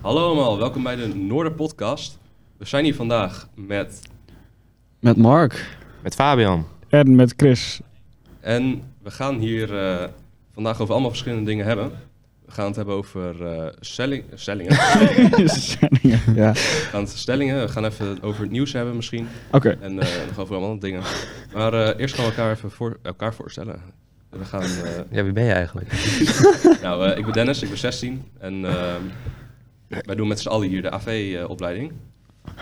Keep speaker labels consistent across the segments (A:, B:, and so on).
A: Hallo allemaal, welkom bij de Noorder Podcast. We zijn hier vandaag met.
B: Met Mark.
C: Met Fabian.
D: En met Chris.
A: En we gaan hier eh, vandaag over allemaal verschillende dingen hebben. We gaan het hebben over eh selling, stellingen.
D: Stellingen.
B: Ja.
A: we gaan het stellingen. We gaan even over het nieuws hebben misschien.
D: Oké.
A: En eh, nog over allemaal dingen. Maar eh, eerst gaan we elkaar even voor, elkaar voorstellen. We gaan. eh,
C: Ja, wie ben je eigenlijk?
A: nou, eh, ik ben Dennis, ik ben 16. En ehm, wij doen met z'n allen hier de AV-opleiding.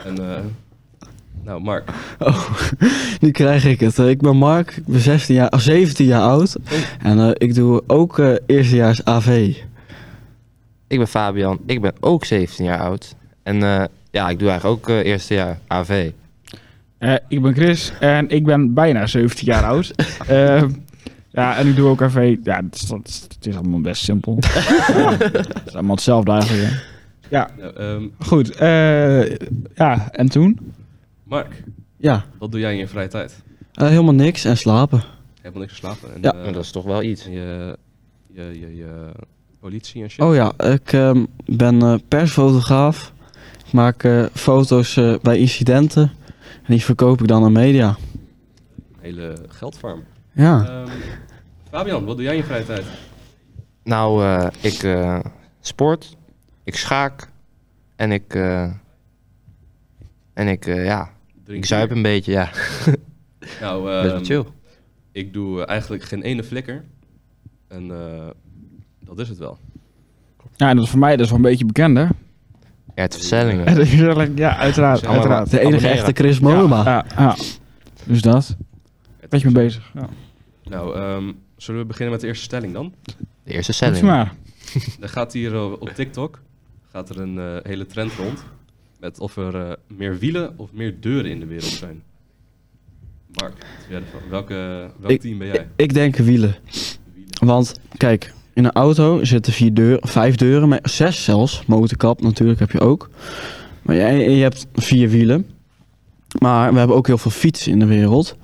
A: en eh, nou, Mark.
B: Oh, nu krijg ik het. Eh, Ik ben Mark, ik ben 16 jaar, oh, 17 jaar oud.
D: Oh.
B: En eh, ik doe ook eh, eerstejaars AV.
C: Ik ben Fabian. Ik ben ook 17 jaar oud. En eh, ja, ik doe eigenlijk ook eh, eerste jaar AV.
D: Eh, ik ben Chris en ik ben bijna 17 jaar oud. Eh, ja, en ik doe ook AV. Ja, het is, dat is- het is allemaal best simpel. ja, het is allemaal hetzelfde eigenlijk. hè.
A: Nou, ehm,
D: Goed, eh, ja, en toen?
A: Mark,
B: Ja,
A: wat doe jij in je vrije tijd?
B: eh, helemaal niks en slapen.
A: Helemaal niks geslapen. En,
B: Ja.
A: eh,
C: Nou, dat is toch wel iets.
A: en je, je, je, je politie en shit.
B: Oh ja, ik ehm, ben eh, persfotograaf. Ik maak eh, foto's eh, bij incidenten. En die verkoop ik dan aan media.
C: Oh.
A: Hele geldfarm.
B: Ja.
A: Ehm, Fabian, wat doe jij in je vrije tijd?
C: Nou, eh, ik eh, sport. Ik schaak. En ik... eh, en ik, eh, ja,
A: Drink
C: ik zuip
A: bier.
C: een beetje, ja.
A: Nou,
C: Best wel
A: ehm,
C: chill.
A: ik doe eh, eigenlijk geen ene flikker. En eh, dat is het wel.
D: Ja, en dat is voor mij dus wel een beetje bekender.
C: Ja, het verstellingen.
D: En eigenlijk, ja, uiteraard.
A: Allemaal
D: uiteraard.
B: De enige
C: abonneren.
B: echte Chris
D: Ja,
B: Mollema.
D: Ja, ja. Dus dat. Beetje mee bezig. Ja.
A: Nou, ehm, zullen we beginnen met de eerste stelling dan?
C: De eerste
D: Doet u
C: stelling.
D: maar.
A: Er gaat hier eh, op TikTok gaat er een eh, hele trend rond. Met of er eh, meer wielen of meer deuren in de wereld zijn. Mark, wat vind jij ervan? welke, welk
B: Ik-
A: team ben
B: Ik,
A: jij?
B: ik denk wielen. Want kijk, in een auto zitten vier deuren, vijf deuren, maar zes zelfs. Motorkap natuurlijk heb je ook. Maar jij, je hebt vier wielen. Maar we hebben ook heel veel fietsen in de wereld.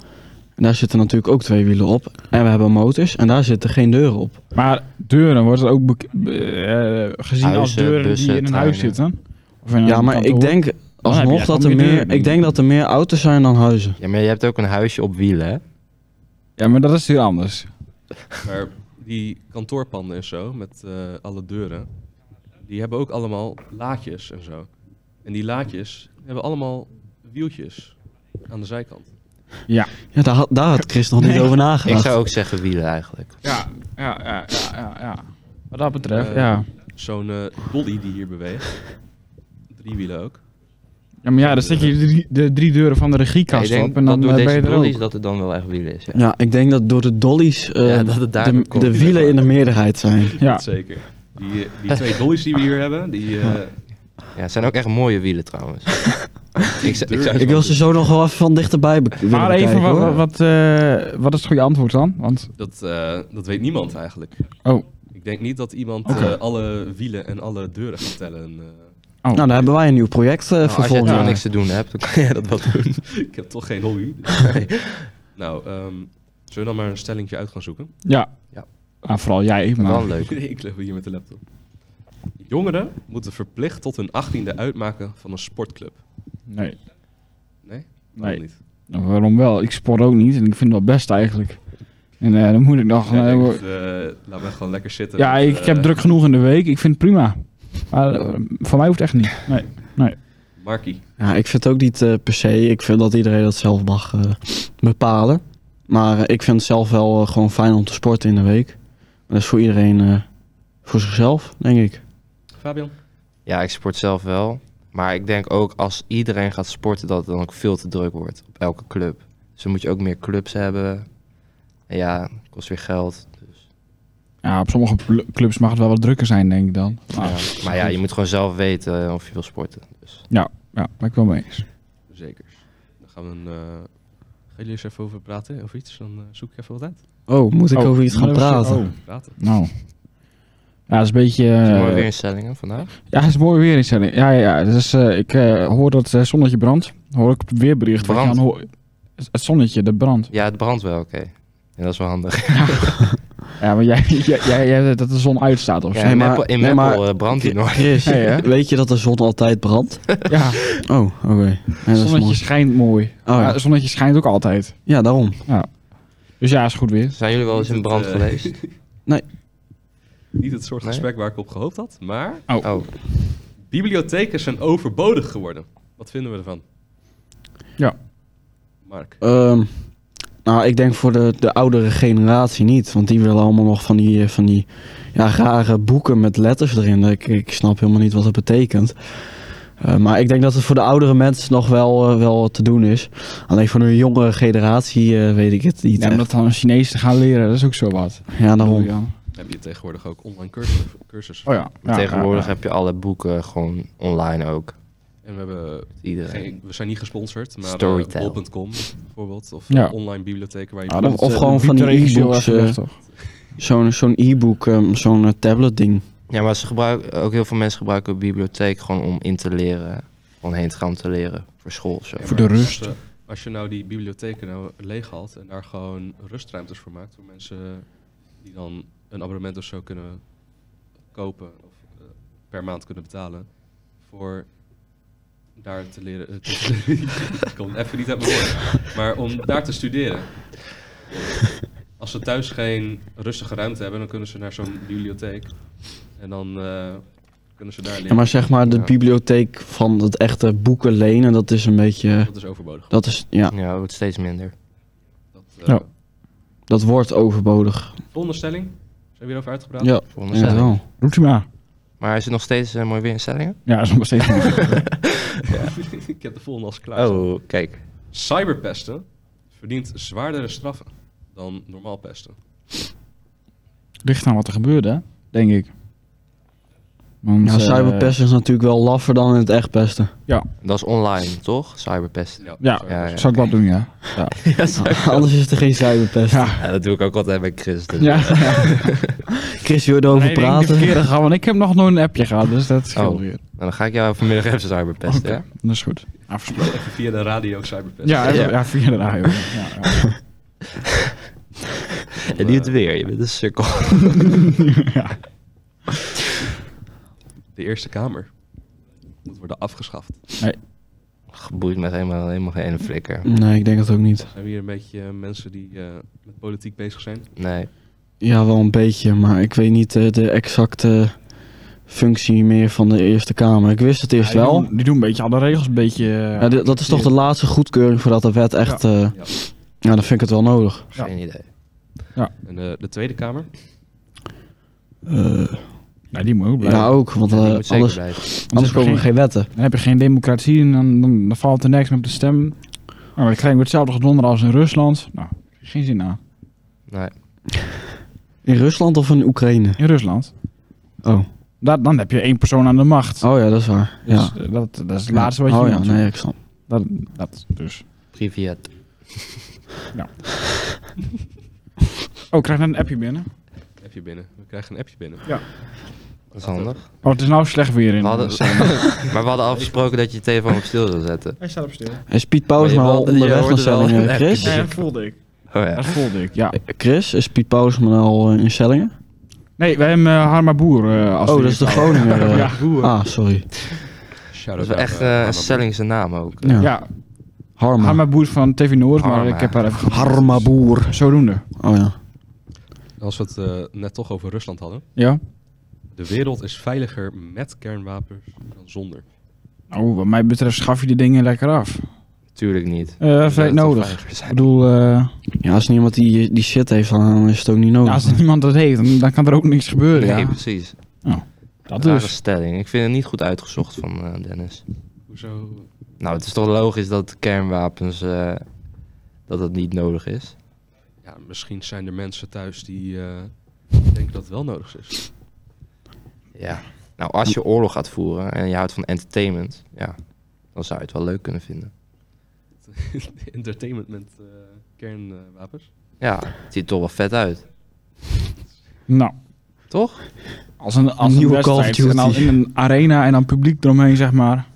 B: En daar zitten natuurlijk ook twee wielen op. En we hebben motors en daar zitten geen deuren op.
D: Maar deuren wordt het ook bek- eh, gezien als
C: Huizen,
D: deuren
C: bussen,
D: die in een huis
C: treinen.
D: zitten? Of in een
B: Ja, maar ik
D: kantoor?
B: denk
D: heb je
B: alsnog
D: echt
B: dat
D: wel
B: er
D: meer
B: meer,
D: deuren, denk
B: ik denk dat er meer auto's zijn dan huizen.
C: Ja, maar je hebt ook een huisje op wielen, hè?
D: Ja, maar dat is weer anders.
A: Maar die kantoorpanden en zo, met eh, alle deuren, die hebben ook allemaal laadjes en zo. En die laadjes hebben allemaal wieltjes aan de zijkant.
B: Ja, daar, had- daar had Chris nog niet
D: Nee.
B: over
C: Ik
B: nagedacht.
C: zou ook zeggen wielen eigenlijk.
D: Ja, ja, ja, ja, ja, ja. Wat dat betreft,
A: Eh,
D: ja.
A: Zo'n eh dolly die hier beweegt. Drie wielen ook.
D: Ja, maar ja, dan zet je de drie, de drie deuren van de
C: Ja, ik
D: regiekast
C: denk
D: op en dan
C: dat
D: eh,
C: door
D: ben je
C: deze
D: er ook.
C: brollies dat het dan wel echt wielen is, ja.
B: Ja, ik denk dat door de dollies eh,
C: Ja, dat het daar
B: de,
C: komt.
B: de wielen in de meerderheid zijn.
D: Ja,
A: Dat zeker. Die, eh, die twee dollies die we hier hebben, die... eh,
C: Ja, het zijn ook echt mooie wielen trouwens. Nou, ik, zou- ik zou-
B: Ik wil ze zo nog wel even van dichterbij be- willen
D: maar even,
B: bekijken,
D: wat,
B: hoor.
D: wat, wat, eh, wat is het goede antwoord dan? Want,
A: Dat, eh, dat weet niemand eigenlijk.
D: Oh.
A: Ik denk niet dat iemand
D: Oké.
A: eh, alle wielen en alle deuren gaat tellen. eh.
B: Nou,
D: oh,
B: daar hebben wij een nieuw project eh,
C: Nou,
B: voor
C: als je
B: volgend
C: nou
B: jaar.
C: niks te doen hebt, dan kan je dat wel doen.
A: ik heb toch geen hobby. nou, ehm, zullen we dan maar een stellingje uit gaan zoeken?
D: ja.
C: Ja.
D: Ah, vooral jij,
C: Maar
D: maar...
C: wel leuk.
A: ik leg hier met de laptop. Jongeren moeten verplicht tot hun achttiende uitmaken van een sportclub.
D: Nee,
A: Nee? Waarom
D: nee.
A: niet?
D: Nou, waarom wel? Ik sport ook niet en ik vind het wel best eigenlijk. En eh, dan moet ik nog...
A: Ja,
D: eh,
A: ik
D: wo-
A: denk, eh, laat me gewoon lekker zitten.
D: Ja,
A: want,
D: ik, ik
A: eh,
D: heb druk genoeg in de week. Ik vind het prima. Maar eh, voor mij hoeft het echt niet. Nee.
A: Markie,
B: Ja, ik vind het ook niet eh, per se. Ik vind dat iedereen dat zelf mag eh, bepalen. Maar eh, ik vind het zelf wel eh, gewoon fijn om te sporten in de week. Maar dat is voor iedereen eh, voor zichzelf, denk ik.
A: Fabian.
C: Ja, ik sport zelf wel. Maar ik denk ook als iedereen gaat sporten, dat het dan ook veel te druk wordt op elke club. Dus dan moet je ook meer clubs hebben. En ja, kost weer geld.
D: Ja, op sommige pl- clubs mag het wel wat drukker zijn, denk ik dan. Maar, ja.
C: Ja. Maar ja, je moet gewoon zelf weten of je wil sporten. Dus
D: ben ik wel mee eens.
A: Zeker. Dan gaan we een... eh, Gaan jullie eens even over praten of iets? Dan eh, zoek ik even wat uit.
B: Oh, moet ik
D: Oh,
B: over iets gaan
D: dat was-
B: praten?
D: oh,
A: Praten.
D: nou. Ja, dat is een beetje...
C: is het
D: eh,
C: mooi weer in stellingen vandaag.
D: ja, het is mooi weer in stelling. Ja, ja, ja. Dus, eh, ik eh, hoor dat eh, zonnetje brandt. Hoor ik op het weerbericht. wat je
C: Brandt.
D: aan hoor- Het zonnetje, dat brandt.
C: Ja, het brandt wel, oké. En dat is wel handig.
D: Ja, maar jij, jij, jij, jij hebt dat de zon uitstaat of zo.
C: Ja,
D: Ja.
B: Nee,
C: in
B: maar-
C: Meppel, in
B: nee,
C: Meppel,
B: maar-
C: eh, brandt die nog.
B: Chris,
D: Hey, hè?
B: weet je dat de zon altijd brandt? Oh, oké. Ja, dat is
D: Zonnetje
B: mooi.
D: schijnt mooi.
B: Oh, ja.
D: Ja, zonnetje schijnt ook altijd.
B: ja, daarom.
D: Dus ja, is goed weer.
C: Zijn jullie wel eens in brand
A: Eh,
C: geweest?
A: Niet het soort
C: Nee?
A: gesprek waar ik op gehoopt had, maar
C: Oh,
A: bibliotheken zijn overbodig geworden. Wat vinden we ervan?
D: Ja.
A: Mark.
B: Ehm, nou, ik denk voor de, de oudere generatie niet. Want die willen allemaal nog van die, eh, van die ja, rare boeken met letters erin. Ik, ik snap helemaal niet wat dat betekent. Eh, maar ik denk dat het voor de oudere mensen nog wel, eh, wel te doen is. Alleen voor de jongere generatie eh, weet ik het niet.
D: Ja, om
B: echt.
D: dat dan Chinees te gaan leren, dat is ook zo wat.
B: Ja, daarom.
D: Ja.
A: Heb je tegenwoordig ook online cursus? cursus.
D: Oh ja. ja
C: tegenwoordig
D: ja, ja.
C: heb je alle boeken gewoon online ook.
A: En we, hebben
C: Iedereen.
A: geen, we zijn niet gesponsord, maar
C: Storytel.
A: eh, bol.com bijvoorbeeld. Of
D: Ja.
A: eh, online bibliotheken waar je...
D: Ja, dat-
B: Of- of
D: eh,
B: gewoon
D: dat
B: van die
D: biedt er regio
B: e-books,
D: even weg,
B: eh,
D: toch?
B: Zo'n zo'n e-book, ehm, zo'n eh, tablet ding.
C: Ja, maar ze gebruiken, ook heel veel mensen gebruiken een bibliotheek gewoon om in te leren. Gewoon heen te gaan om te leren voor school of zo.
A: Ja,
D: Voor
A: maar
D: de
A: als,
D: rust.
A: eh, als je nou die bibliotheken nou leeg haalt en daar gewoon rustruimtes voor maakt voor mensen die dan een abonnement of zo kunnen kopen of eh, per maand kunnen betalen voor daar te leren. eh, te- ik kom even niet uit mijn woorden. Maar om daar te studeren. Als ze thuis geen rustige ruimte hebben, dan kunnen ze naar zo'n bibliotheek en dan eh, kunnen ze daar leren.
B: Ja, maar zeg maar de
C: Ja.
B: bibliotheek van het echte boeken lenen, dat is een beetje...
A: Dat is overbodig.
B: Dat is, ja,
C: Ja, het wordt steeds minder.
A: Dat, eh,
D: Ja.
B: dat wordt overbodig.
A: Onderstelling? Zijn we hierover uitgepraat?
B: Ja,
C: Volgens
B: ja, wel.
D: Doet u maar.
C: Maar is het nog steeds eh, mooi weer in stellingen?
D: Ja, dat is nog steeds niet.
A: ik heb de volgende als klaar.
C: Oh. kijk.
A: Cyberpesten verdient zwaardere straffen dan normaal pesten.
D: Ligt aan wat er gebeurde, hè, denk ik. Want,
B: Ja,
D: eh,
B: cyberpesten is natuurlijk wel laffer dan in het echt pesten.
C: Dat is online, toch? Cyberpesten.
D: Ja,
A: cyberpesten.
C: ja.
D: Zou ik dat doen, ja.
C: Ja, cyber-
B: Anders is er geen cyberpest.
D: Ja.
C: Ja, dat doe ik ook altijd bij Chris. dus-
D: Ja,
B: Chris, wil je erover
D: Nee, ik denk de
B: praten?
D: verkeerde gaan, want ik heb nog nooit een appje gehad, dus dat scheelt
C: Oh.
D: weer.
C: Nou, dan ga ik jou vanmiddag even cyberpesten.
D: Oké,
C: ja?
D: Dat is goed. Afgesproken.
A: Even via de radio cyberpesten.
D: Ja,
C: Ja.
D: ja. ja, via de radio. Ja, ja.
A: Dan,
C: En niet het
A: eh,
C: weer, je bent een sukkel.
A: De Eerste Kamer moet worden afgeschaft.
C: Geboeid met helemaal, helemaal geen ene flikker.
B: Nee, ik denk dat ook niet.
A: Zijn we hier een beetje eh, mensen die eh, met politiek bezig zijn?
C: Nee.
B: Ja, wel een beetje, maar ik weet niet eh, de exacte functie meer van de Eerste Kamer. Ik wist het eerst
D: Ja, die
B: wel.
D: doen- Die doen een beetje alle regels, een beetje... eh,
B: Ja, di- dat is toch de laatste goedkeuring voordat de wet echt... Ja,
A: Ja.
B: ja dan vind ik het wel nodig.
D: Ja.
C: Geen idee.
A: En eh, de Tweede Kamer?
B: Eh,
D: Ja, die moet ook blijven.
B: ja, ook, want
C: Ja, die
B: eh,
C: moet zeker
B: anders,
C: blijven.
B: anders
D: heb je
B: komen er geen wetten.
D: Dan heb je geen democratie en dan, dan, dan valt er niks meer op te stemmen. Nou, maar dan krijgen we hetzelfde gedonder als in Rusland. Nou, geen zin aan.
C: Nee.
B: In Rusland of in Oekraïne?
D: In Rusland.
B: Oh,
D: Dat, dan heb je één persoon aan de macht.
B: oh ja, dat is waar. Ja.
D: Dus, eh, dat, dat is het laatste wat je
B: Oh ja,
D: moet doen.
B: nee, ik snap.
D: dat, dat dus.
C: Privet.
D: Oh, ik krijg net een appje binnen.
A: Appje binnen. We krijgen een appje binnen.
C: Dat is handig.
D: Oh, het is nou slecht weer in.
C: We hadden,
D: eh,
C: maar we hadden afgesproken dat je je telefoon op stil zou zetten.
D: Hij staat op stil.
B: En Piet Pauw
C: Maar
B: is
C: je
B: maar al
C: hoorde- je
B: onderweg naar
C: hoorde wel
B: Stellingen,
C: een
B: Chris?
C: appje. Ja, dat
D: voelde ik.
C: Oh ja.
D: Dat voelde ik, ja.
B: Chris, is Piet Pauwsman al eh, in Stellingen?
D: Nee, wij hebben eh, Harma Boer eh, als
B: Oh,
D: die
B: dat is de
D: eerste.
B: Groninger. eh.
D: Ja, Boer.
B: Ah, sorry.
A: Shout-out
C: Dat is
A: naar,
C: wel echt
A: eh,
C: eh,
A: Mama
C: een stelling zijn naam ook.
B: Ja.
D: ja,
B: Harma.
D: Harma Boer is van TV Noord, maar
C: Harma.
D: ik heb haar even...
B: Harma boer.
D: Zodoende.
B: Oh ja.
A: Boer. Als we het eh, net toch over Rusland hadden.
D: Ja.
A: De wereld is veiliger met kernwapens dan zonder.
D: Nou, wat mij betreft schaf je die dingen lekker af.
C: Tuurlijk niet.
D: Eh
C: Zou
D: vrij
C: het
D: nodig.
C: toch
D: Ik
C: veiliger zijn?
D: bedoel, eh,
B: Ja, als niemand die, die shit heeft, dan is het ook niet
D: ja,
B: nodig.
D: als er niemand dat heeft, dan, dan kan er ook niks gebeuren.
C: Nee,
D: ja.
C: precies.
D: dus- Dat
C: Rare
D: dus.
C: stelling. Ik vind het niet goed uitgezocht van eh, Dennis.
A: Hoezo?
C: Nou, het is toch logisch dat kernwapens eh, dat het niet nodig is.
A: Ja, misschien zijn er mensen thuis die eh, denken dat het wel nodig is.
C: Ja. Nou, als je oorlog gaat voeren en je houdt van entertainment, ja, dan zou je het wel leuk kunnen vinden.
A: Entertainment met eh, kernwapens.
C: Ja, het ziet er toch wel vet uit,
D: Nou,
C: toch?
D: als een, als
B: Een
D: een
B: nieuwe
D: wedstrijd,
B: Call of
D: en dan
B: Duty.
D: in een arena en dan publiek eromheen, zeg maar.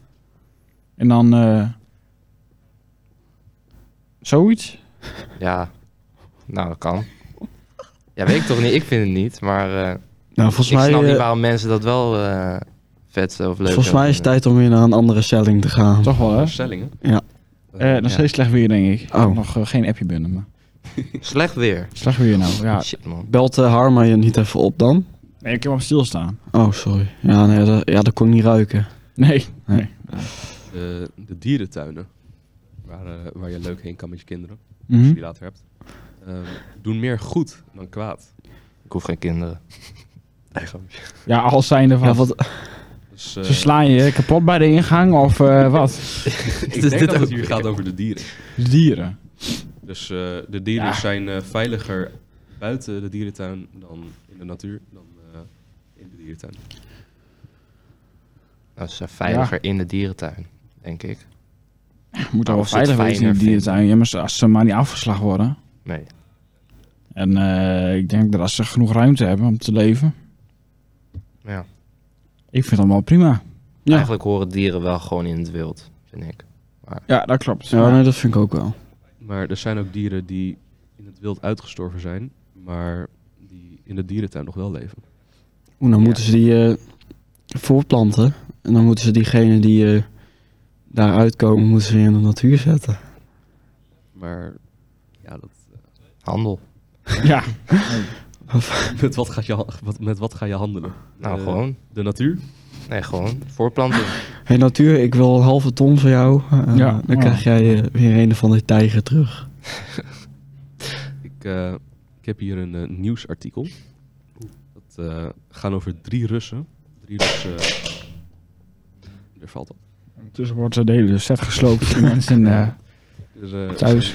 D: En dan... eh, zoiets?
C: Ja. Nou, dat kan. Ja, weet ik toch niet. Ik vind het niet. Maar eh,
B: Nou, volgens
C: ik
B: mij,
C: snap niet
B: eh,
C: waarom mensen dat wel eh, vet of leuk
B: volgens mij is het
C: vinden.
B: tijd om weer naar een andere stelling te gaan.
D: Toch wel, hè?
A: Stellingen.
B: Ja.
D: Eh, nog
C: Ja.
D: steeds slecht weer, denk ik. Ik heb
B: Oh.
D: Nog eh, geen appje binnen, maar...
C: Slecht weer.
D: Slecht weer nou, ja.
C: Shit, man.
B: Belt eh, Harma je niet even op dan?
D: Nee, ik heb hem stilstaan.
B: Oh, sorry. Ja, nee, dat, ja, dat kon ik niet ruiken.
D: Nee.
B: Nee.
D: nee.
A: De, de dierentuinen, waar, eh, waar je leuk heen kan met je kinderen,
D: Mhm.
A: als je die later hebt, ehm, doen meer goed dan kwaad.
C: Ik hoef geen kinderen.
D: Ja, als zijnde van...
B: Ja, wat,
A: Dus, eh,
D: Ze slaan je kapot bij de ingang of eh, wat?
A: ik
C: Is
A: denk dat
C: dit
A: het
C: ook
A: hier
C: weer?
A: gaat over de dieren.
D: Dieren.
A: Dus eh, de dieren
D: Ja.
A: zijn eh, veiliger buiten de dierentuin dan in de natuur, dan eh, in de dierentuin.
C: Dat is eh, veiliger in de dierentuin, denk ik.
B: Oh,
D: Moet al
C: Of ze het
D: veilig wezen in de
C: fijner
D: dierentuin. Ja, maar ze- als ze maar niet afgeslagen worden.
C: Nee.
D: En eh, ik denk dat als ze genoeg ruimte hebben om te leven...
C: Ja.
D: Ik vind het allemaal prima.
B: Ja.
C: Eigenlijk horen dieren wel gewoon in het wild, vind ik.
D: Ja, dat klopt.
B: ja, nee, dat vind ik ook wel.
A: Maar er zijn ook dieren die in het wild uitgestorven zijn, maar die in de dierentuin nog wel leven.
B: Oeh, dan
C: Ja.
B: moeten ze die eh, voorplanten. En dan moeten ze diegenen die eh, daaruit komen, moeten ze weer in de natuur zetten.
A: Maar ja, dat,
C: Handel.
D: Ja.
A: met, wat gaat je, ha- wat, met wat ga je handelen?
C: Nou,
A: Eh,
C: gewoon.
A: De natuur?
C: Nee, gewoon. Voorplanting.
B: Hé hey, natuur, ik wil een halve ton van jou. Eh,
D: Ja.
B: Dan
D: Oh.
B: krijg jij eh, weer een van de tijger terug.
A: Ik, eh, ik heb hier een eh, nieuwsartikel. Dat eh gaan over drie Russen. Drie Russen. Er valt op.
D: Tussen wordt eh, de hele set gesloopt. Die mensen eh,
A: Dus, eh,
D: thuis.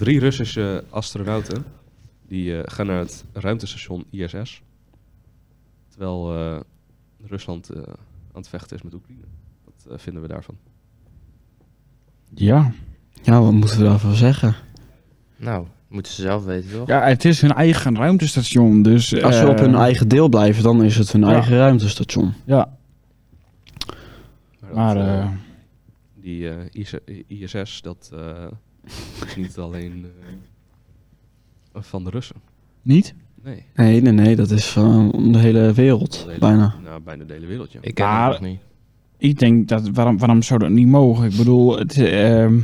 A: Drie Russische astronauten die eh, gaan naar het ruimtestation ISS. Terwijl eh, Rusland eh, aan het vechten is met Oekraïne. Wat eh, vinden we daarvan?
D: Ja.
B: Ja, wat moeten we daarvan zeggen?
C: nou, moeten ze zelf weten, toch?
D: ja, het is hun eigen ruimtestation. Dus,
B: Als ze op
D: eh,
B: hun eigen deel blijven, dan is het hun
D: ja.
B: eigen ruimtestation.
D: Ja,
A: dat,
D: maar
A: eh,
D: eh,
A: die eh, IS- ISS, dat eh, is niet alleen eh, van de Russen.
D: niet?
A: Nee.
B: Nee, nee, nee, dat is van de hele wereld,
A: Van de hele-
B: bijna.
A: Nou, bijna de hele wereld, ja.
C: Ik ken
D: Maar-
C: het nog niet.
D: Ik denk dat, waarom, waarom zou dat niet mogen? Ik bedoel, het, eh, ehm,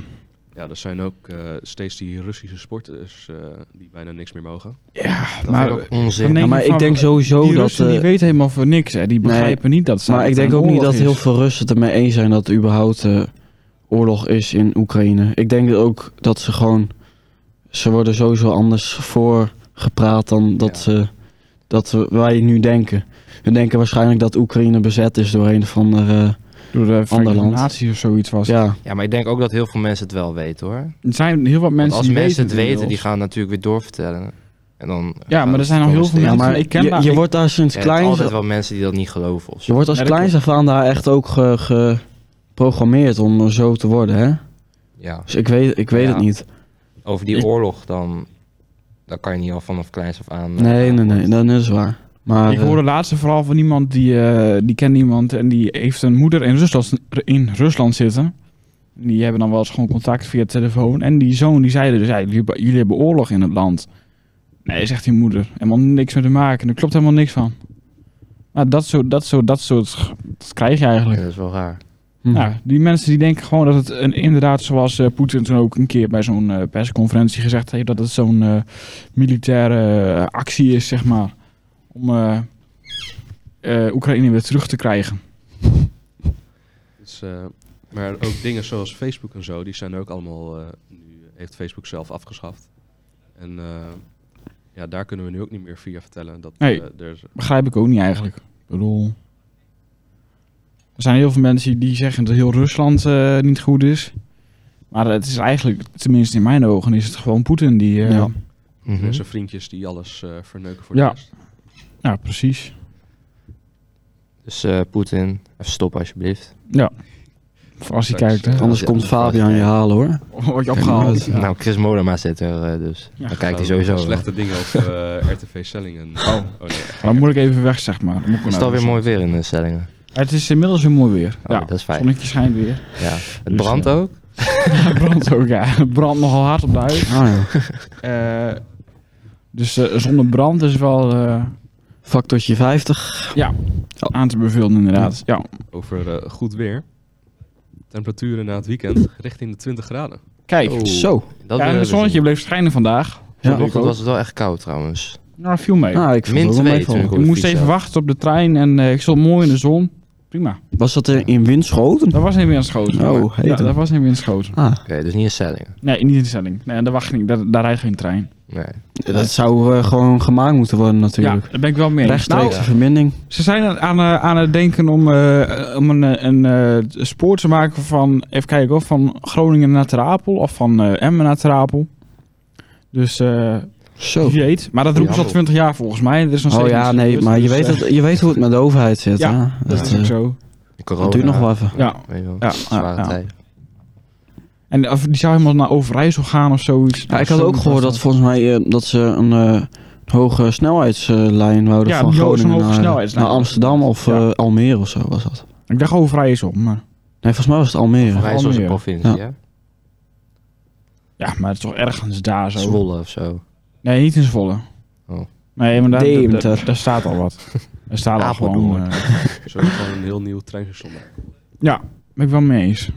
A: Ja, er zijn ook eh, steeds die Russische sporters eh, die bijna niks meer mogen.
D: ja,
C: Dat
D: maar
C: vind ik ook onzin.
D: dan
B: Ja,
D: denk
B: maar
D: ik
B: ik
D: van-
B: denk sowieso
D: die
B: dat...
D: Russen
B: eh,
D: die weten helemaal voor niks. Hè. Die
B: nee,
D: begrijpen niet dat ze
B: Maar ik denk ook niet dat heel veel Russen het ermee eens zijn dat er überhaupt eh, oorlog is in Oekraïne. Ik denk ook dat ze gewoon. Ze worden sowieso anders voorgepraat dan dat,
C: Ja.
B: ze, dat we- wij nu denken. We denken waarschijnlijk dat Oekraïne bezet is door een of andere.
D: Door de
B: ander
D: Verenigde
B: land.
D: Naties of zoiets was.
B: ja,
C: Ja, maar ik denk ook dat heel veel mensen het wel weten, hoor.
D: Er zijn heel wat
C: Want
D: mensen
C: als
D: die
C: mensen het
D: weten
C: weten, die
D: inmiddels.
C: gaan natuurlijk weer doorvertellen. En dan
D: Ja,
C: gaan
D: maar er zijn nog
C: komen
D: heel veel
C: steeds-
B: ja
D: mensen-
B: maar
D: ik ken
B: je,
D: maar-
B: je wordt daar sinds
C: Ja, Er zijn
B: kleins.
C: altijd wel mensen die dat niet geloven of
B: Je
C: zo.
B: wordt als
D: Ja, dat
B: kleins af aan daar echt ook ge- geprogrammeerd om zo te worden, hè?
C: Ja.
B: Dus ik weet, ik weet
C: Ja.
B: het niet.
C: Over die
D: Ik-
C: oorlog, dan, dan kan je niet al vanaf kleins af aan... eh,
B: Nee, nee, nee, dat is waar. Maar,
D: Ik
B: eh,
D: hoorde laatst een verhaal van iemand die, eh, die kent iemand en die heeft een moeder in Rusland, in Rusland zitten. Die hebben dan wel eens gewoon contact via telefoon. En die zoon die zeiden dus, ja, jullie, hebben- jullie hebben oorlog in het land. Nee, zegt die moeder. Helemaal niks mee te maken. Er klopt helemaal niks van. Maar dat soort, dat soort, dat soort, dat krijg je
C: Ja,
D: eigenlijk.
C: dat is wel raar.
B: hm.
D: Nou, die mensen die denken gewoon dat het een, inderdaad, zoals eh, Poetin toen ook een keer bij zo'n eh, persconferentie gezegd heeft, dat het zo'n eh, militaire eh, actie is, zeg maar, om eh, eh, Oekraïne weer terug te krijgen.
A: Dus, eh, maar ook dingen zoals Facebook en zo, die zijn ook allemaal. eh, nu heeft Facebook zelf afgeschaft. En eh, ja, daar kunnen we nu ook niet meer via vertellen dat
D: Nee.
A: eh, er.
D: Begrijp ik ook niet eigenlijk. Ik bedoel, er zijn heel veel mensen die zeggen dat heel Rusland eh, niet goed is. Maar het is eigenlijk, tenminste in mijn ogen, is het gewoon Poetin die... eh,
B: Ja.
A: er
C: Mhm.
A: zijn Zijn vriendjes die alles eh, verneuken voor
D: Ja.
A: de rest.
D: Ja, nou, precies.
C: Dus eh, Poetin, even stoppen alsjeblieft.
D: Ja. Voor als je
C: Dat is-
D: kijkt, hè.
B: Anders
C: Ja,
B: komt
C: dat is wel
B: Fabian je
C: gek.
B: halen hoor.
D: Word je opgehaald.
B: Ja.
C: Nou, Chris Modema zit er, eh, dus
D: Ja,
C: dan kijkt hij
A: Zo,
C: sowieso. wel.
A: Slechte dingen op eh, RTV Sellingen. Oh, nee.
D: Maar dan moet ik even weg, zeg maar. Dan moet ik
C: Het is
D: naar
C: alweer
D: huis.
C: mooi weer in de stellingen.
D: Het is inmiddels weer mooi weer.
C: Oh,
D: ja,
C: dat is fijn.
D: Zonnetje schijnt weer.
C: Ja. Het
D: Dus,
C: brandt
D: eh,
C: ook.
D: Ah, Het brandt ook, ja. Het brandt nogal hard op de huid.
B: Ah, ja.
D: Eh, Dus eh, zonder brand is wel eh,
B: Factortje 50.
C: Oh.
D: aan te bevelen inderdaad. Ja.
A: Over eh, goed weer. Temperaturen na het weekend richting de 20 graden.
D: Kijk,
C: Oh.
B: Zo.
C: Dat
D: ja,
C: willen
D: en
C: we
D: het zonnetje
C: zien.
D: bleef schijnen vandaag.
B: Ja,
D: Vond ik
C: Vanochtend
D: ook.
C: was het wel echt koud trouwens.
D: Nou, viel mee.
B: Nou, ik vond
C: Min
B: het wel
C: twee
B: meevallen.
C: toen
D: ik moest
C: Fiets,
D: even
C: Ah, ja.
D: wachten op de trein en eh, ik stond mooi in de zon. Prima.
B: Was dat er in Winschoten?
D: Dat was niet weer een schoten.
B: Oh, heet
D: ja,
B: hem.
D: dat was niet weer een schoten.
B: Ah,
C: Oké, dus niet in Sellingen.
D: Nee, niet in de stelling. Nee, daar wacht ik niet. Daar, daar rijdt geen trein.
C: Nee.
B: dat zou eh, gewoon gemaakt moeten worden natuurlijk.
D: Ja, daar ben ik wel mee eens.
B: Rechtstreekse
C: Nou,
B: verbinding.
D: Ze zijn aan- aan, eh, aan het denken om, eh, om een, eh, een eh, spoor te maken van, even kijken hoor, van Groningen naar Ter Apel of van eh, Emmen naar Ter Apel. Dus eh
B: Zo.
D: wie weet. Maar dat roepen ze al
C: Jammer.
D: 20 jaar volgens mij. Er is nog
B: Oh
D: steeds
B: ja,
D: niks
B: nee,
D: gebeurd,
B: maar je
D: dus,
B: weet,
D: eh,
B: dat, je weet hoe het eh, met de overheid zit.
D: Ja,
B: Ja,
D: Dat is ook zo.
C: Corona.
B: dat duurt nog wel even.
D: Ja.
C: Weet je wel.
D: Ja,
C: Zware
D: ja, ja.
C: tijd.
D: En of die zou helemaal naar Overijssel gaan of zoiets.
B: Ja, ik had ook gehoord dat volgens mij eh, dat ze een eh, hoge snelheidslijn wouden
D: Ja,
B: van
D: die ho- zo'n
B: Groningen
D: hoge
B: naar,
D: snelheidslijn.
B: naar Amsterdam of
D: Ja.
B: eh, Almere of zo was dat.
D: Ik dacht Overijssel, maar...
B: Nee, volgens mij was het Almere.
C: Vrij zoals een
D: Almere.
C: provincie, hè?
D: Ja, maar het is toch ergens daar zo.
C: Zwolle of zo.
D: Nee, niet in Zwolle.
C: Oh.
D: Nee, maar daar, daar,
B: Deventer.
D: daar, daar staat al wat. Daar staat al gewoon...
C: Apeldoorn.
D: eh,
A: Zo gewoon een heel nieuw treinstation maken.
D: ja, ben ik wel mee eens.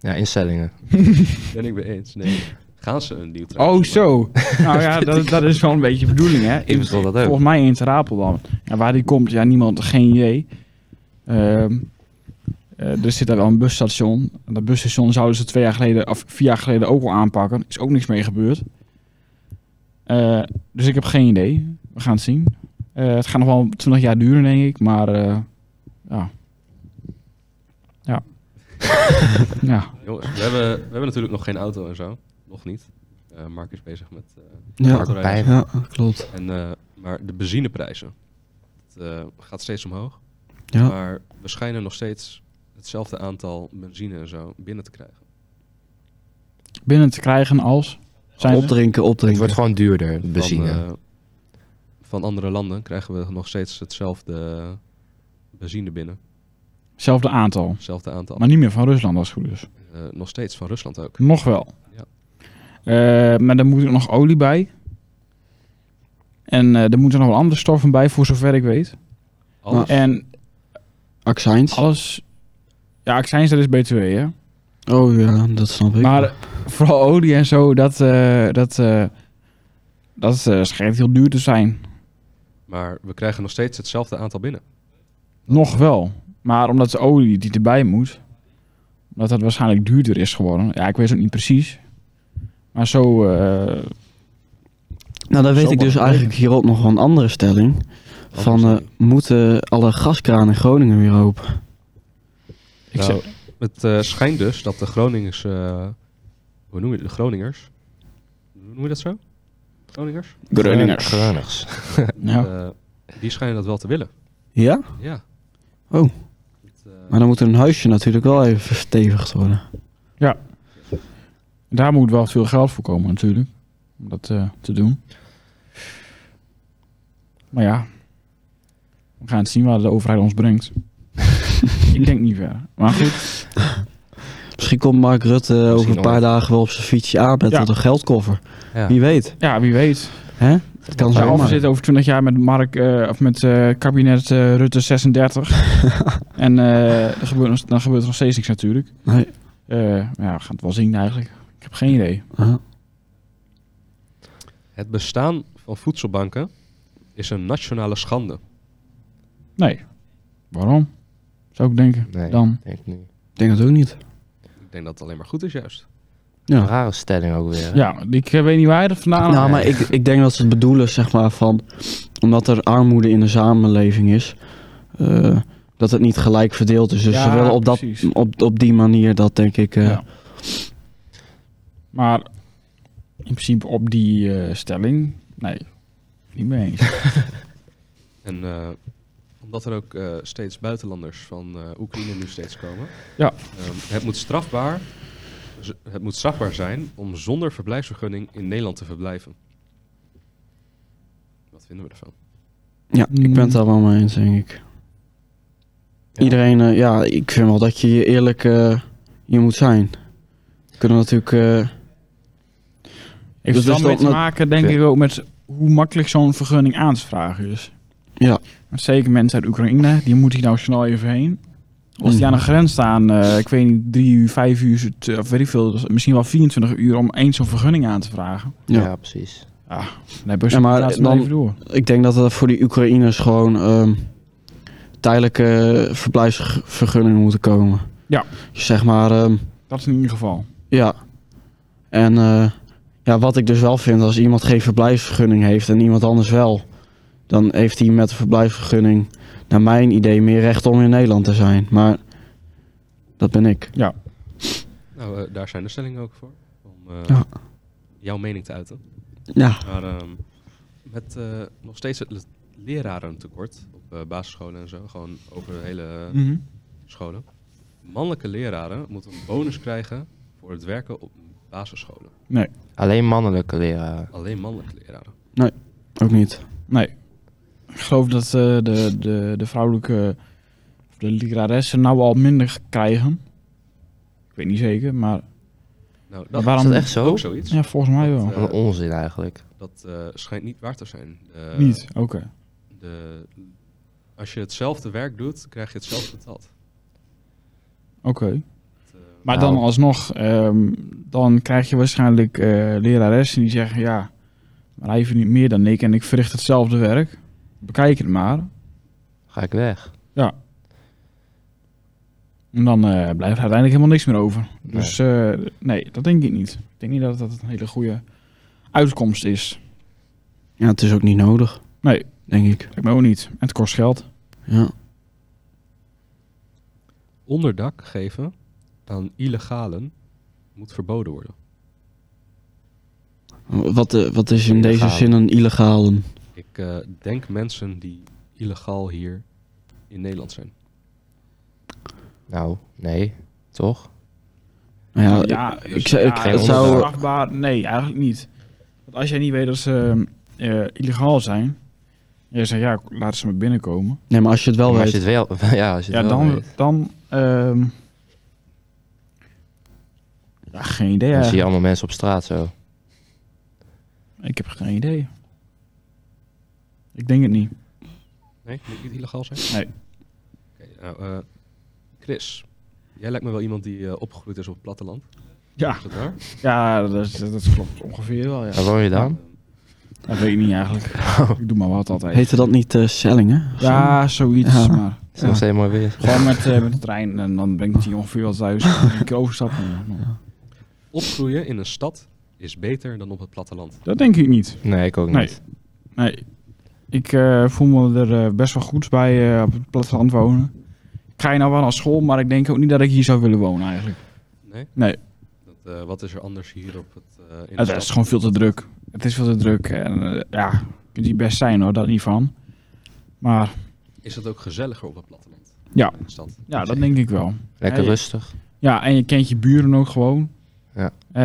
C: Ja, in Sellingen.
A: Ben ik mee eens? Nee. Gaan ze een nieuw treinstation
D: Oh,
A: maken?
D: zo. nou ja, dat, dat is wel een beetje de bedoeling, hè?
C: Ik bedoel dat ook.
D: volgens mij in Ter Apel dan. Ja, waar die komt, ja, niemand, geen idee. Ehm, eh, er zit daar wel een busstation. En Dat busstation zouden ze twee jaar geleden, of vier jaar geleden ook al aanpakken. Is ook niks mee gebeurd. Eh, dus ik heb geen idee. We gaan het zien. Eh, het gaat nog wel 20 jaar duren, denk ik. Maar eh, ja. Ja. ja.
A: Jongen, we, hebben, we hebben natuurlijk nog geen auto en zo. Nog niet. Eh, Mark is bezig met eh,
B: Ja,
A: autorijden.
C: Pijn.
B: ja, klopt.
A: En, eh, maar de benzineprijzen, het eh, gaat steeds omhoog.
B: Ja.
A: Maar we schijnen nog steeds hetzelfde aantal benzine en zo binnen te krijgen.
D: Binnen te krijgen als. Zijn ze?
B: Opdrinken,
C: Het
B: opdrinken.
C: wordt gewoon duurder, benzine.
A: Van, eh, van andere landen krijgen we nog steeds hetzelfde benzine binnen.
D: Hetzelfde aantal.
A: Hetzelfde aantal.
D: Maar niet meer van Rusland als het goed is.
A: Eh, nog steeds van Rusland ook.
D: Nog wel.
A: Ja.
D: Eh, maar daar moet ook nog olie bij. En eh, er moeten nog wel andere stoffen bij, voor zover ik weet.
A: Alles.
D: En
B: Accijns.
D: alles... Ja, accijns, dat is BTW, hè?
B: Oh ja, dat snap ik.
D: Maar vooral olie en zo, dat, eh, dat, eh, dat eh, schijnt heel duur te zijn.
A: Maar we krijgen nog steeds hetzelfde aantal binnen.
D: Nog wel. Maar omdat de olie die erbij moet, omdat dat waarschijnlijk duurder is geworden. Ja, ik weet het ook niet precies. Maar zo... eh,
B: nou, dan weet
D: Zo
B: ik dus
D: mag-
B: eigenlijk hierop nog wel een andere stelling. Van eh, moeten alle gaskranen in Groningen weer open?
D: ik
A: Nou,
D: zeg,
A: Het eh, schijnt dus dat de Groningers. eh, hoe noem je het? De Groningers. Hoe noem je dat zo? Groningers?
C: Groningers.
D: ja.
A: Eh, die schijnen dat wel te willen.
B: Ja?
A: Ja.
B: Oh.
A: Het, eh,
B: Maar dan moet hun huisje natuurlijk wel even verstevigd worden.
D: Daar moet wel veel geld voor komen natuurlijk. Om dat eh, te doen. Maar ja. We gaan het zien waar de overheid ons brengt. ik denk niet verder. Maar goed.
B: Misschien komt Mark Rutte over een
C: nog
B: paar
C: even.
B: dagen wel op zijn fietsje aan met
D: Ja.
B: tot een geldkoffer.
C: Ja.
B: Wie weet.
D: Ja, wie weet.
B: Hè? Het kan
D: Ja,
B: zo
D: of we zitten over 20 jaar met Mark eh, of met eh, kabinet eh, Rutte 36. en eh, er gebeurt, nog- dan gebeurt er nog steeds niks natuurlijk.
B: Nee.
D: Eh, maar ja, we gaan het wel zien eigenlijk. Ik heb geen idee.
B: Huh?
A: het bestaan van voedselbanken is een nationale schande.
D: Nee. Waarom? Zou ik denken.
C: Nee,
D: Dan.
C: denk ik niet.
B: Ik denk dat ook niet.
A: Ik denk dat het alleen maar goed is, juist.
B: Ja.
C: Rare stelling ook weer. hè?
D: Ja, ik eh, weet niet waar je dat vandaan
B: nou,
C: nee.
B: maar ik, ik denk dat ze het bedoelen, zeg maar, van omdat er armoede in de samenleving is, eh, dat het niet gelijk verdeeld is. Dus
D: Ja,
B: ze willen op, dat,
D: precies.
B: op, op die manier dat, denk ik. eh,
D: Ja. Maar in principe op die eh, stelling, nee, niet mee eens.
A: En eh, omdat er ook eh, steeds buitenlanders van eh, Oekraïne nu steeds komen.
D: Ja.
A: ehm, het, moet strafbaar, z- het moet strafbaar zijn om zonder verblijfsvergunning in Nederland te verblijven. Wat vinden we ervan?
B: ja, ik ben het daar wel mee eens, denk ik.
A: Ja.
B: Iedereen, eh, ja, ik vind wel dat je hier eerlijk eh, hier moet zijn. We kunnen natuurlijk. eh, Dus
D: Heeft het wel
B: is
D: mee
B: dat
D: te
B: nog-
D: maken, denk
C: Ja.
D: ik ook, met hoe makkelijk zo'n vergunning aan te vragen is.
B: Ja.
D: Want zeker mensen uit Oekraïne, die moeten hier nou snel even heen. Als
B: Mm.
D: die aan de grens staan, eh, ik weet niet, drie uur, vijf uur, het, eh, of weet ik veel, dus misschien wel 24 uur om eens zo'n vergunning aan te vragen.
B: Ja.
C: Ja, precies.
D: Dan hebben ze
B: Ja, maar
D: maar dan
B: dan-
D: even door.
B: Ik denk dat er voor die Oekraïners gewoon ehm, tijdelijke eh, verblijfsvergunningen moeten komen.
D: Ja.
B: Dus zeg maar, ehm,
D: Dat in ieder geval.
B: ja. En eh, ja, wat ik dus wel vind, als iemand geen verblijfsvergunning heeft en iemand anders wel, dan heeft hij met de verblijfsvergunning, naar mijn idee, meer recht om in Nederland te zijn. Maar dat ben ik.
A: Nou, eh, daar zijn de stellingen ook voor. Om eh,
B: Ja.
A: jouw mening te uiten.
B: Ja.
A: Maar ehm, met eh, nog steeds het le- lerarentekort op eh, basisscholen en zo. Gewoon over de hele eh,
D: Mhm.
B: Mm-hmm.
A: scholen. Mannelijke leraren moeten een bonus krijgen voor het werken op basisscholen.
C: Alleen mannelijke leraren.
A: Alleen mannelijke leraren.
B: Ook niet.
D: Nee. Ik geloof dat eh, de, de, de vrouwelijke of de leraressen nou al minder krijgen. Ik weet niet zeker, maar
A: Nou, dat
D: Maar
C: Is
D: waarom-
C: dat echt zo?
A: ook zoiets.
D: ja, volgens mij wel.
A: Dat, eh,
C: Wat een onzin eigenlijk.
A: Dat eh, schijnt niet waar te zijn.
C: eh,
A: De-
D: niet, oké.
A: de- als je hetzelfde werk doet, krijg je hetzelfde betaald.
D: Oké.
A: Het, eh,
D: Maar
C: Nou.
D: dan alsnog, ehm, dan krijg je waarschijnlijk eh, leraressen die zeggen, ja, maar hij verdient meer dan ik en ik verricht hetzelfde werk. Bekijk het maar.
C: Ga ik weg.
D: En dan eh, blijft er uiteindelijk helemaal niks meer over.
C: Nee.
D: Dus eh, nee, dat denk ik niet. Ik denk niet dat dat een hele goede uitkomst is.
B: Ja, het is ook niet nodig.
D: Nee.
B: Denk ik.
D: Ik me ook niet. En het kost geld.
B: Ja.
A: onderdak geven aan illegalen moet verboden worden.
B: Wat, eh, wat is in
C: Illegaal.
B: deze zin een illegale? Nou
A: Ik eh, denk mensen die illegaal hier in Nederland zijn.
C: Nou, nee. Toch?
B: Nou ja,
D: ja,
B: ik zei- ik-
C: het
D: is
C: zou-
D: het strafbaar? Nee, eigenlijk niet. Want als jij niet weet dat ze eh, eh, illegaal zijn, en je zegt ja, laat ze maar binnenkomen.
B: nee, maar als je het wel
C: Maar als
B: weet.
C: je het wel, ja, als je
D: Ja,
C: het wel
D: dan.
C: weet,
D: dan ehm, ja, geen
C: dan zie
D: idee.
C: je
D: eigenlijk.
C: allemaal mensen op straat zo.
D: Ik heb geen idee. Ik denk het niet.
A: Nee, moet ik niet illegaal zijn?
D: Nee.
A: Oké, nou, eh, Chris, jij lijkt me wel iemand die eh, opgegroeid is op het platteland.
D: Ja,
A: Is dat waar?
D: ja dat, dat klopt ongeveer wel. Ja.
C: Waar woon je dan?
D: Dat weet ik niet eigenlijk.
B: Oh.
D: Ik doe maar wat altijd.
B: Heette dat niet eh Sellingen? Of zo?
D: ja, zoiets.
B: Ja.
D: Maar
C: Is het nog steeds mooi weer?
D: gewoon met, eh, met de trein en dan brengt hij ongeveer wel thuis. Een keer overstappen.
A: Opgroeien in een stad is beter dan op het platteland.
D: Dat denk ik niet.
C: Nee, ik ook
D: Nee.
C: niet.
D: Nee. Ik eh, voel me er eh, best wel goed bij eh, op het platteland wonen. Ik ga je nou wel naar school, maar ik denk ook niet dat ik hier zou willen wonen eigenlijk.
A: Nee?
D: Nee.
A: Dat, eh, wat is er anders hier op het eh, in de
D: Het
A: stad?
D: is gewoon veel te druk. Het is veel te druk. En eh, ja, je kunt hier best zijn hoor, dat niet van. Maar
A: Is het ook gezelliger op het platteland?
D: Ja.
A: dan In de stad?
D: ja, dat denk ik wel.
C: Lekker
D: Nee.
C: rustig.
D: Ja, en je kent je buren ook gewoon.
C: Ja.
D: Eh,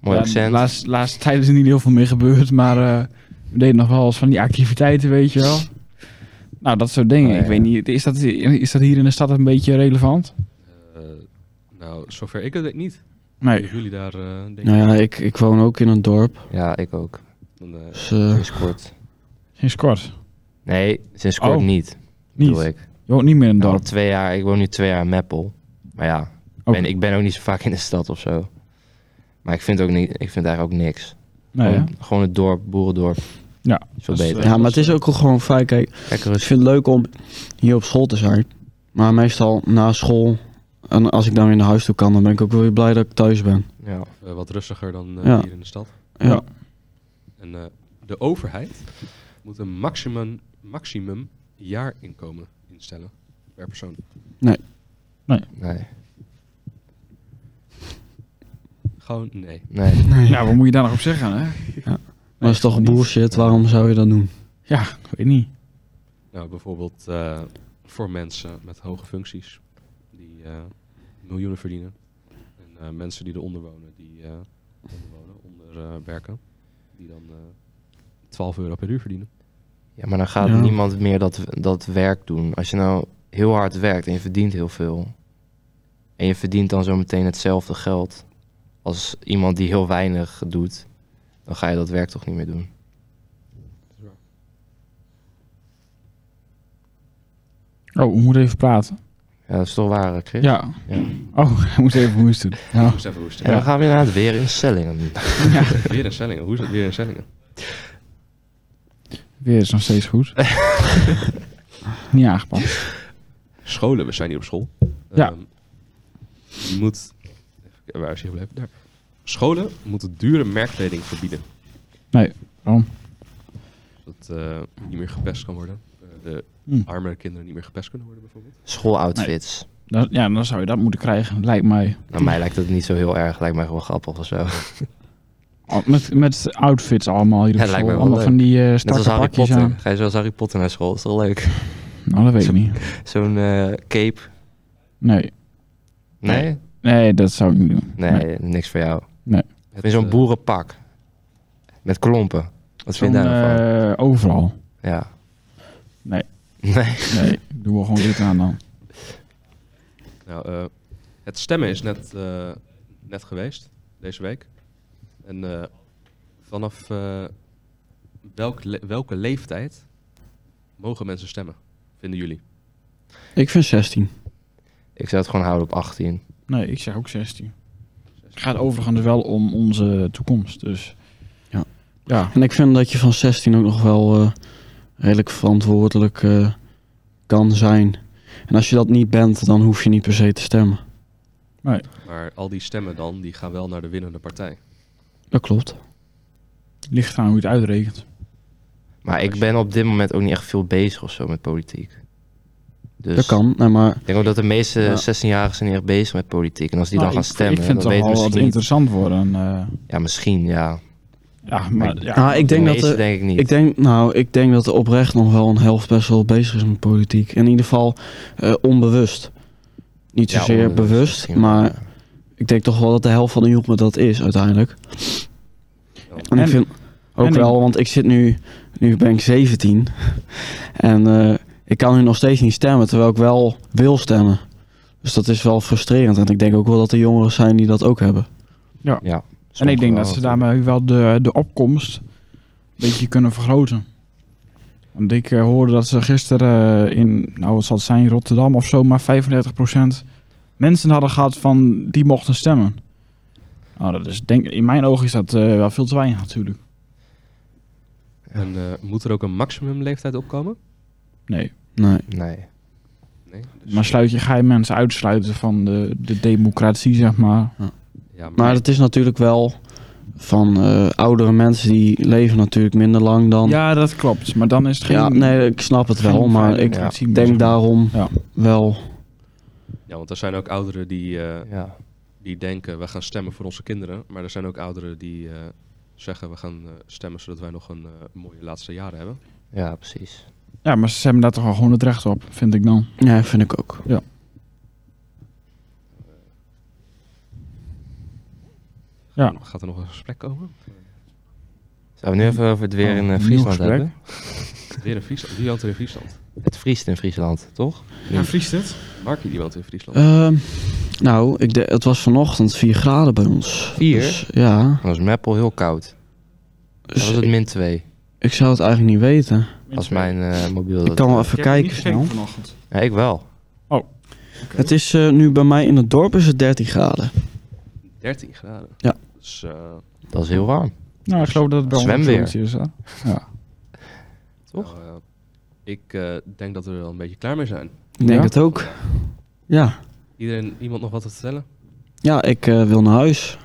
C: Mooi
D: Ja,
C: accent.
D: Laatst, laatst tijd is er niet heel veel meer gebeurd, maar eh, we deden nog wel eens van die activiteiten, weet je wel. Nou, dat soort dingen.
C: Oh, ja.
D: Ik weet niet, is dat, is dat hier in de stad een beetje relevant?
A: Eh, nou, zover ik het weet niet.
D: Nee.
A: Jullie daar eh denken?
B: Nou ja, ik, ik woon ook in een dorp.
C: Ja, ik ook.
A: Dan, eh,
B: Dus, eh,
C: Sinds kort.
D: Sinds kort.
C: Nee, sinds kort
D: Oh.
C: niet.
D: Niet.
C: Bedoel ik.
D: Je woont niet meer in een
C: Al
D: dorp.
C: twee jaar, ik woon nu twee jaar in Meppel. Maar ja, ik
D: Ook-
C: ben, ik ben ook niet zo vaak in de stad of zo. Maar ik vind, ook niet, ik vind eigenlijk ook niks.
D: nee, hè?
C: gewoon, gewoon het dorp, boerendorp.
D: Ja,
C: Is veel
D: dat is, eh,
C: beter.
B: ja, maar het is ook wel gewoon fijn. Kijk,
C: Lekker
B: ik
C: rustig.
B: vind het leuk om hier op school te zijn. Maar meestal na school, en als ik dan weer naar huis toe kan, dan ben ik ook wel weer blij dat ik thuis ben.
C: Ja.
A: eh, wat rustiger dan eh,
B: Ja.
A: hier in de stad.
B: Ja.
A: En eh, de overheid moet een maximum, maximum jaarinkomen instellen per persoon.
C: Nee.
A: Gewoon nee.
C: Nee.
D: Nou, wat moet je daar nog op zeggen, hè?
B: Maar dat is toch bullshit, waarom zou je dat doen?
D: Ja, ik weet niet.
A: Nou, bijvoorbeeld eh, voor mensen met hoge functies die eh, miljoenen verdienen. En eh, mensen die eronder wonen, die eh onder, wonen, onder eh, werken, die dan eh 12 euro per uur verdienen.
C: Ja, maar dan gaat
B: Ja.
C: niemand meer dat, dat werk doen. Als je nou heel hard werkt en je verdient heel veel. En je verdient dan zo meteen hetzelfde geld als iemand die heel weinig doet. Dan dan ga je dat werk toch niet meer doen.
D: Oh, we moeten even praten.
C: Ja, dat is toch waar, hè, Chris?
D: Ja.
C: Ja.
D: Oh, hij moest even moest doen. Ja.
A: Moest even hoesten.
C: En dan gaan we inderdaad weer in stellingen.
A: Weer in Sellingen. Hoe is dat weer in Sellingen?
D: Weer is nog steeds goed. Niet aangepast.
A: Scholen, we zijn hier op school.
D: Ja.
A: Ehm, je moet... even- Waar is hij gebleven? Daar. Scholen moeten dure merkkleding verbieden.
D: Nee, waarom?
A: Zodat eh, niet meer gepest kan worden. Eh, de
D: Hm.
A: arme kinderen niet meer gepest kunnen worden bijvoorbeeld.
C: Schooloutfits.
D: Dan, ja, dan zou je dat moeten krijgen, lijkt mij.
C: Nou, mij lijkt dat niet zo heel erg. Lijkt mij gewoon grappig of zo.
D: Al- Met, met outfits allemaal. Hier op
C: Ja, lijkt
D: school.
C: me wel
D: allemaal
C: leuk.
D: van die eh
C: Net als
D: strakke
C: Harry
D: pakjes
C: Potter.
D: aan.
C: Ga je zoals Harry Potter naar school? is toch leuk?
D: Nou, dat weet ik niet.
C: Zo'n eh, cape.
D: Nee.
C: Nee?
D: Nee, dat zou ik niet doen.
C: nee?
D: Nee.
C: niks voor jou.
A: Het,
C: In zo'n
A: eh,
C: boerenpak. Met klompen. Wat
D: Zo'n,
C: vind je daarvan?
D: eh, overal.
C: Ja.
D: Nee.
C: Nee.
D: Nee, ik doe wel gewoon dit aan dan.
A: Nou, eh, het stemmen is net, eh, net geweest, deze week. En eh, vanaf eh, welk le- welke leeftijd mogen mensen stemmen, vinden jullie?
B: Ik vind 16.
C: Ik zou het gewoon houden op 18.
D: Nee, ik zeg ook 16. Het gaat overigens wel om onze toekomst, dus...
B: Ja.
D: Ja,
B: En ik vind dat je van 16 ook nog wel eh, redelijk verantwoordelijk eh, kan zijn. En als je dat niet bent, dan hoef je niet per se te stemmen.
A: Maar al die stemmen dan, die gaan wel naar de winnende partij.
B: Dat klopt.
D: ligt aan hoe je het uitrekent.
C: Maar ik ben op dit moment ook niet echt veel bezig of zo met politiek. Dus
B: Dat kan. Nee, maar
C: Ik denk ook dat de meeste
B: Ja.
C: 16-jarigen zijn niet echt bezig met politiek. En als die
D: Nou,
C: dan gaan
D: ik-
C: stemmen,
D: Ik vind
C: dan
D: het
C: weten
D: toch wel
C: misschien niet.
D: wat interessant worden. eh,
C: Ja, misschien, ja.
D: ja, maar...
C: Maar-
D: Ja,
B: nou, ik denk
C: de
B: dat
C: meeste
B: de,
C: denk ik niet.
B: ik denk, nou, ik denk dat er oprecht nog wel een helft best wel bezig is met politiek. In ieder geval eh, onbewust. Niet
C: Ja,
B: zozeer
C: onbewust
B: bewust,
C: misschien,
B: maar ik denk toch wel dat de helft van de jongeren dat is uiteindelijk. En,
D: En-
B: ik vind ook
D: en ik-
B: wel, want ik zit nu, nu ben ik 17 en eh, ik kan nu nog steeds niet stemmen, terwijl ik wel wil stemmen. Dus dat is wel frustrerend en ik denk ook wel dat er jongeren zijn die dat ook hebben.
C: Ja,
D: en ik denk
C: sommige
D: dat
C: wel.
D: ze daarmee wel de, de opkomst een beetje kunnen vergroten. Want ik eh, hoorde dat ze gisteren eh, in, nou wat zal het zijn, Rotterdam of zo, maar 35% mensen hadden gehad van die mochten stemmen. Nou, dat is, denk, in mijn ogen is dat eh, wel veel te weinig natuurlijk.
A: En eh, moet er ook een maximumleeftijd opkomen?
D: Nee,
B: Nee.
C: Nee.
A: Nee. dus-
D: maar sluit je, ga je mensen uitsluiten van de, de democratie, zeg maar.
A: ja, maar,
B: Maar het is natuurlijk wel van eh, oudere mensen die leven natuurlijk minder lang dan.
D: Ja, dat klopt. Maar dan is het geen...
B: Ja, nee, ik snap het wel,
D: geen
B: maar
D: veilige
B: ik
D: democratie meer,
B: denk
D: zeg maar.
B: daarom
D: Ja.
B: wel.
A: ja, want er zijn ook ouderen die, eh,
C: Ja.
A: die denken, we gaan stemmen voor onze kinderen. Maar er zijn ook ouderen die eh, zeggen, we gaan eh, stemmen zodat wij nog een eh, mooie laatste jaren hebben.
C: ja, precies.
D: Ja, maar ze hebben daar toch wel gewoon het recht op, vind ik dan.
B: Ja, vind ik ook.
D: Ja.
A: Gaat er nog een gesprek komen?
C: Zullen we nu even over het weer
D: Oh,
C: in eh,
D: nieuw
C: Friesland
D: gesprek.
C: hebben?
A: Weer in Friesland. Wie woont er in Friesland?
C: Het vriest in Friesland, toch? Ja,
D: vriest het?
A: Markie, die woont in Friesland.
B: Ehm, nou, ik de, het was vanochtend 4 graden bij ons.
C: Vier?
B: Dus, ja.
C: Dan was Meppel heel koud. Dan
B: Dus
C: was het
B: ik,
C: min 2,
B: ik zou het eigenlijk niet weten.
C: als mijn eh, mobiel
B: Ik
C: dat...
B: kan wel even kijken snel.
D: vanochtend.
C: Ja, ik wel.
B: Het is eh, nu bij mij in het dorp is het 13 graden.
A: 13 graden.
B: Ja.
A: Dus eh,
C: Dat is heel warm.
D: Nou, ik geloof dat het bij ons
C: Zwemweer.
D: zoiets is. Hè?
C: Toch?
A: nou, eh, ik eh, denk dat we er wel een beetje klaar mee zijn.
B: Ik denk
D: Ja?
B: het ook. Ja,
A: Iedereen, iemand nog wat te vertellen?
B: ja ik eh, wil naar huis.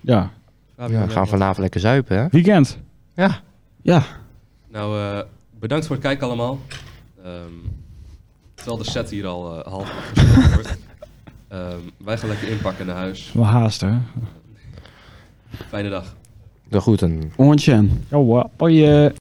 D: Ja.
A: Fabian, jij
C: Ja, we gaan
A: nog wat?
C: vanavond lekker zuipen, hè?
D: Weekend.
C: Ja.
B: Ja,
A: Nou, eh, bedankt voor het kijken allemaal. Ehm, terwijl de set hier al eh, half afgesloten wordt. Ehm, wij gaan lekker inpakken naar huis.
D: Wel haast, hè?
A: Fijne dag.
C: De groeten.
B: Orange.
D: Oh, boy.